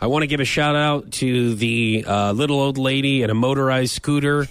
I want to give a shout out to the uh, little old lady in a motorized scooter in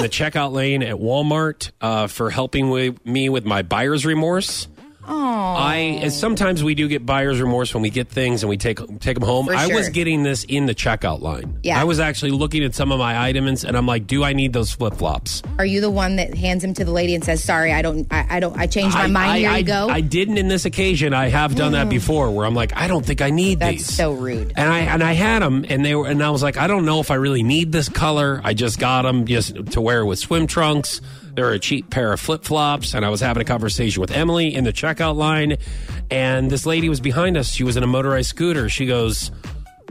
the checkout lane at Walmart uh, for helping with me with my buyer's remorse. I and sometimes we do get buyer's remorse when we get things and we take take them home. For I was sure. getting this in the checkout line. Yeah. I was actually looking at some of my items and I'm like, do I need those flip flops? Are you the one that hands him to the lady and says, "Sorry, I don't, I, I don't, I changed my I, mind. I- Here I- you go." I didn't in this occasion. I have done that before, where I'm like, I don't think I need That's these. so rude. And I and I had them, and they were, and I was like, I don't know if I really need this color. I just got them just to wear with swim trunks. They're a cheap pair of flip flops, and I was having a conversation with Emily in the checkout line, and this lady was behind us. She was in a motorized scooter. She goes,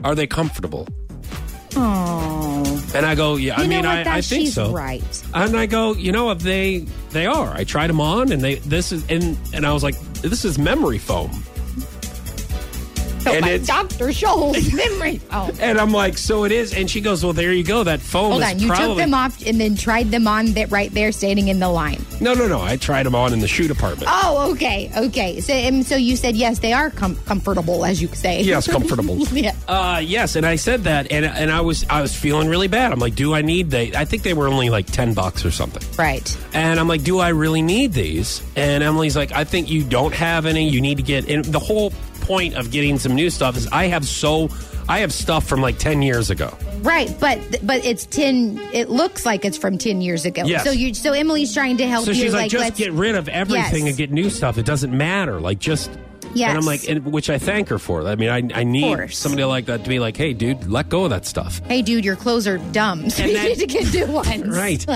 "Are they comfortable?" oh, And I go, "Yeah, I you know mean, what? I, that I think she's so." right. And I go, you know, if they they are. I tried them on, and they this is and and I was like, this is memory foam. So And my it's- Dr. Scholl's memory. Oh, And I'm like, so it is. And she goes, well, there you go. That foam. hold is on. You probably- took them off and then tried them on that right there, standing in the line. No, no, no. I tried them on in the shoe department. Oh, okay, okay. So, and so you said yes, they are com- comfortable, as you say. yes, comfortable. yeah. Uh, yes, and I said that, and and I was I was feeling really bad. I'm like, do I need they? I think they were only like ten bucks or something. Right. And I'm like, do I really need these? And Emily's like, I think you don't have any. You need to get. And the whole point of getting some new stuff is I have so I have stuff from like ten years ago. Right, but but it's ten. It looks like it's from ten years ago. Yes. So you so Emily's trying to help So you. she's like, just let's- get rid of everything Yes. and get new stuff. It doesn't matter. Like, just. Yes. And I'm like, and, which I thank her for. I mean, I, I need course. somebody like that to be like, hey, dude, let go of that stuff. Hey, dude, your clothes are dumb. So And you that- need to get new ones. Right.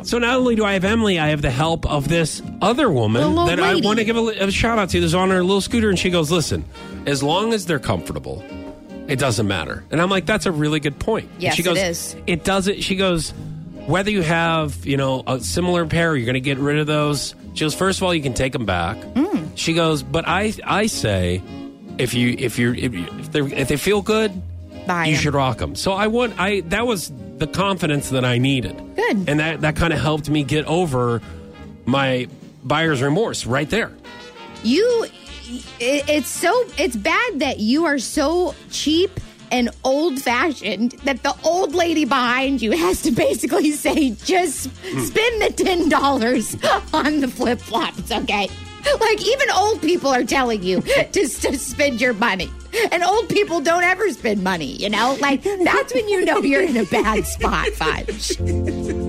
So not only do I have Emily, I have the help of this other The woman little that lady. I want to give a, li- a shout out to. That's on her little scooter, and she goes, "Listen, as long as they're comfortable, it doesn't matter." And I'm like, "That's a really good point." And Yes, she goes, it is. It doesn't. She goes, "Whether you have, you know, a similar pair, you're going to get rid of those." She goes, first of all, you can take them back." Mm. She goes, "But I, I say, if you, if you're, if, you- if they, if they feel good." Buy you 'em. should rock them. So I want I that was the confidence that I needed. Good. And that that kind of helped me get over my buyer's remorse right there. You. It, it's so. It's bad that you are so cheap and old fashioned that the old lady behind you has to basically say, just spend the ten dollars on the flip flops. Okay. Like even old people are telling you to, to spend your money. And old people don't ever spend money, you know? Like that's when you know you're in a bad spot, Fudge.